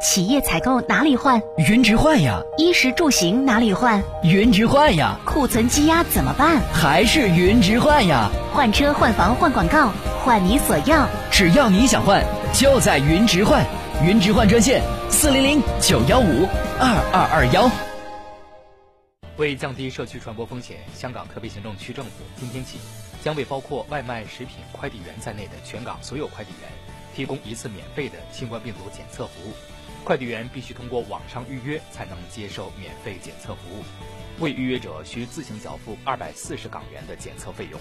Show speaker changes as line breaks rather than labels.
企业采购哪里换？
原值换呀，
衣食住行哪里换？
原值换呀，
库存积压怎么办？
还是原值换呀。
换车、换房、换广告，换你所要。
只要你想换，就在云直换。云直换专线：四零零九幺五二二二幺。
为降低社区传播风险，香港特别行政区政府今天起将为包括外卖、食品、快递员在内的全港所有快递员提供一次免费的新冠病毒检测服务。快递员必须通过网上预约才能接受免费检测服务，未预约者需自行缴付二百四十港元的检测费用。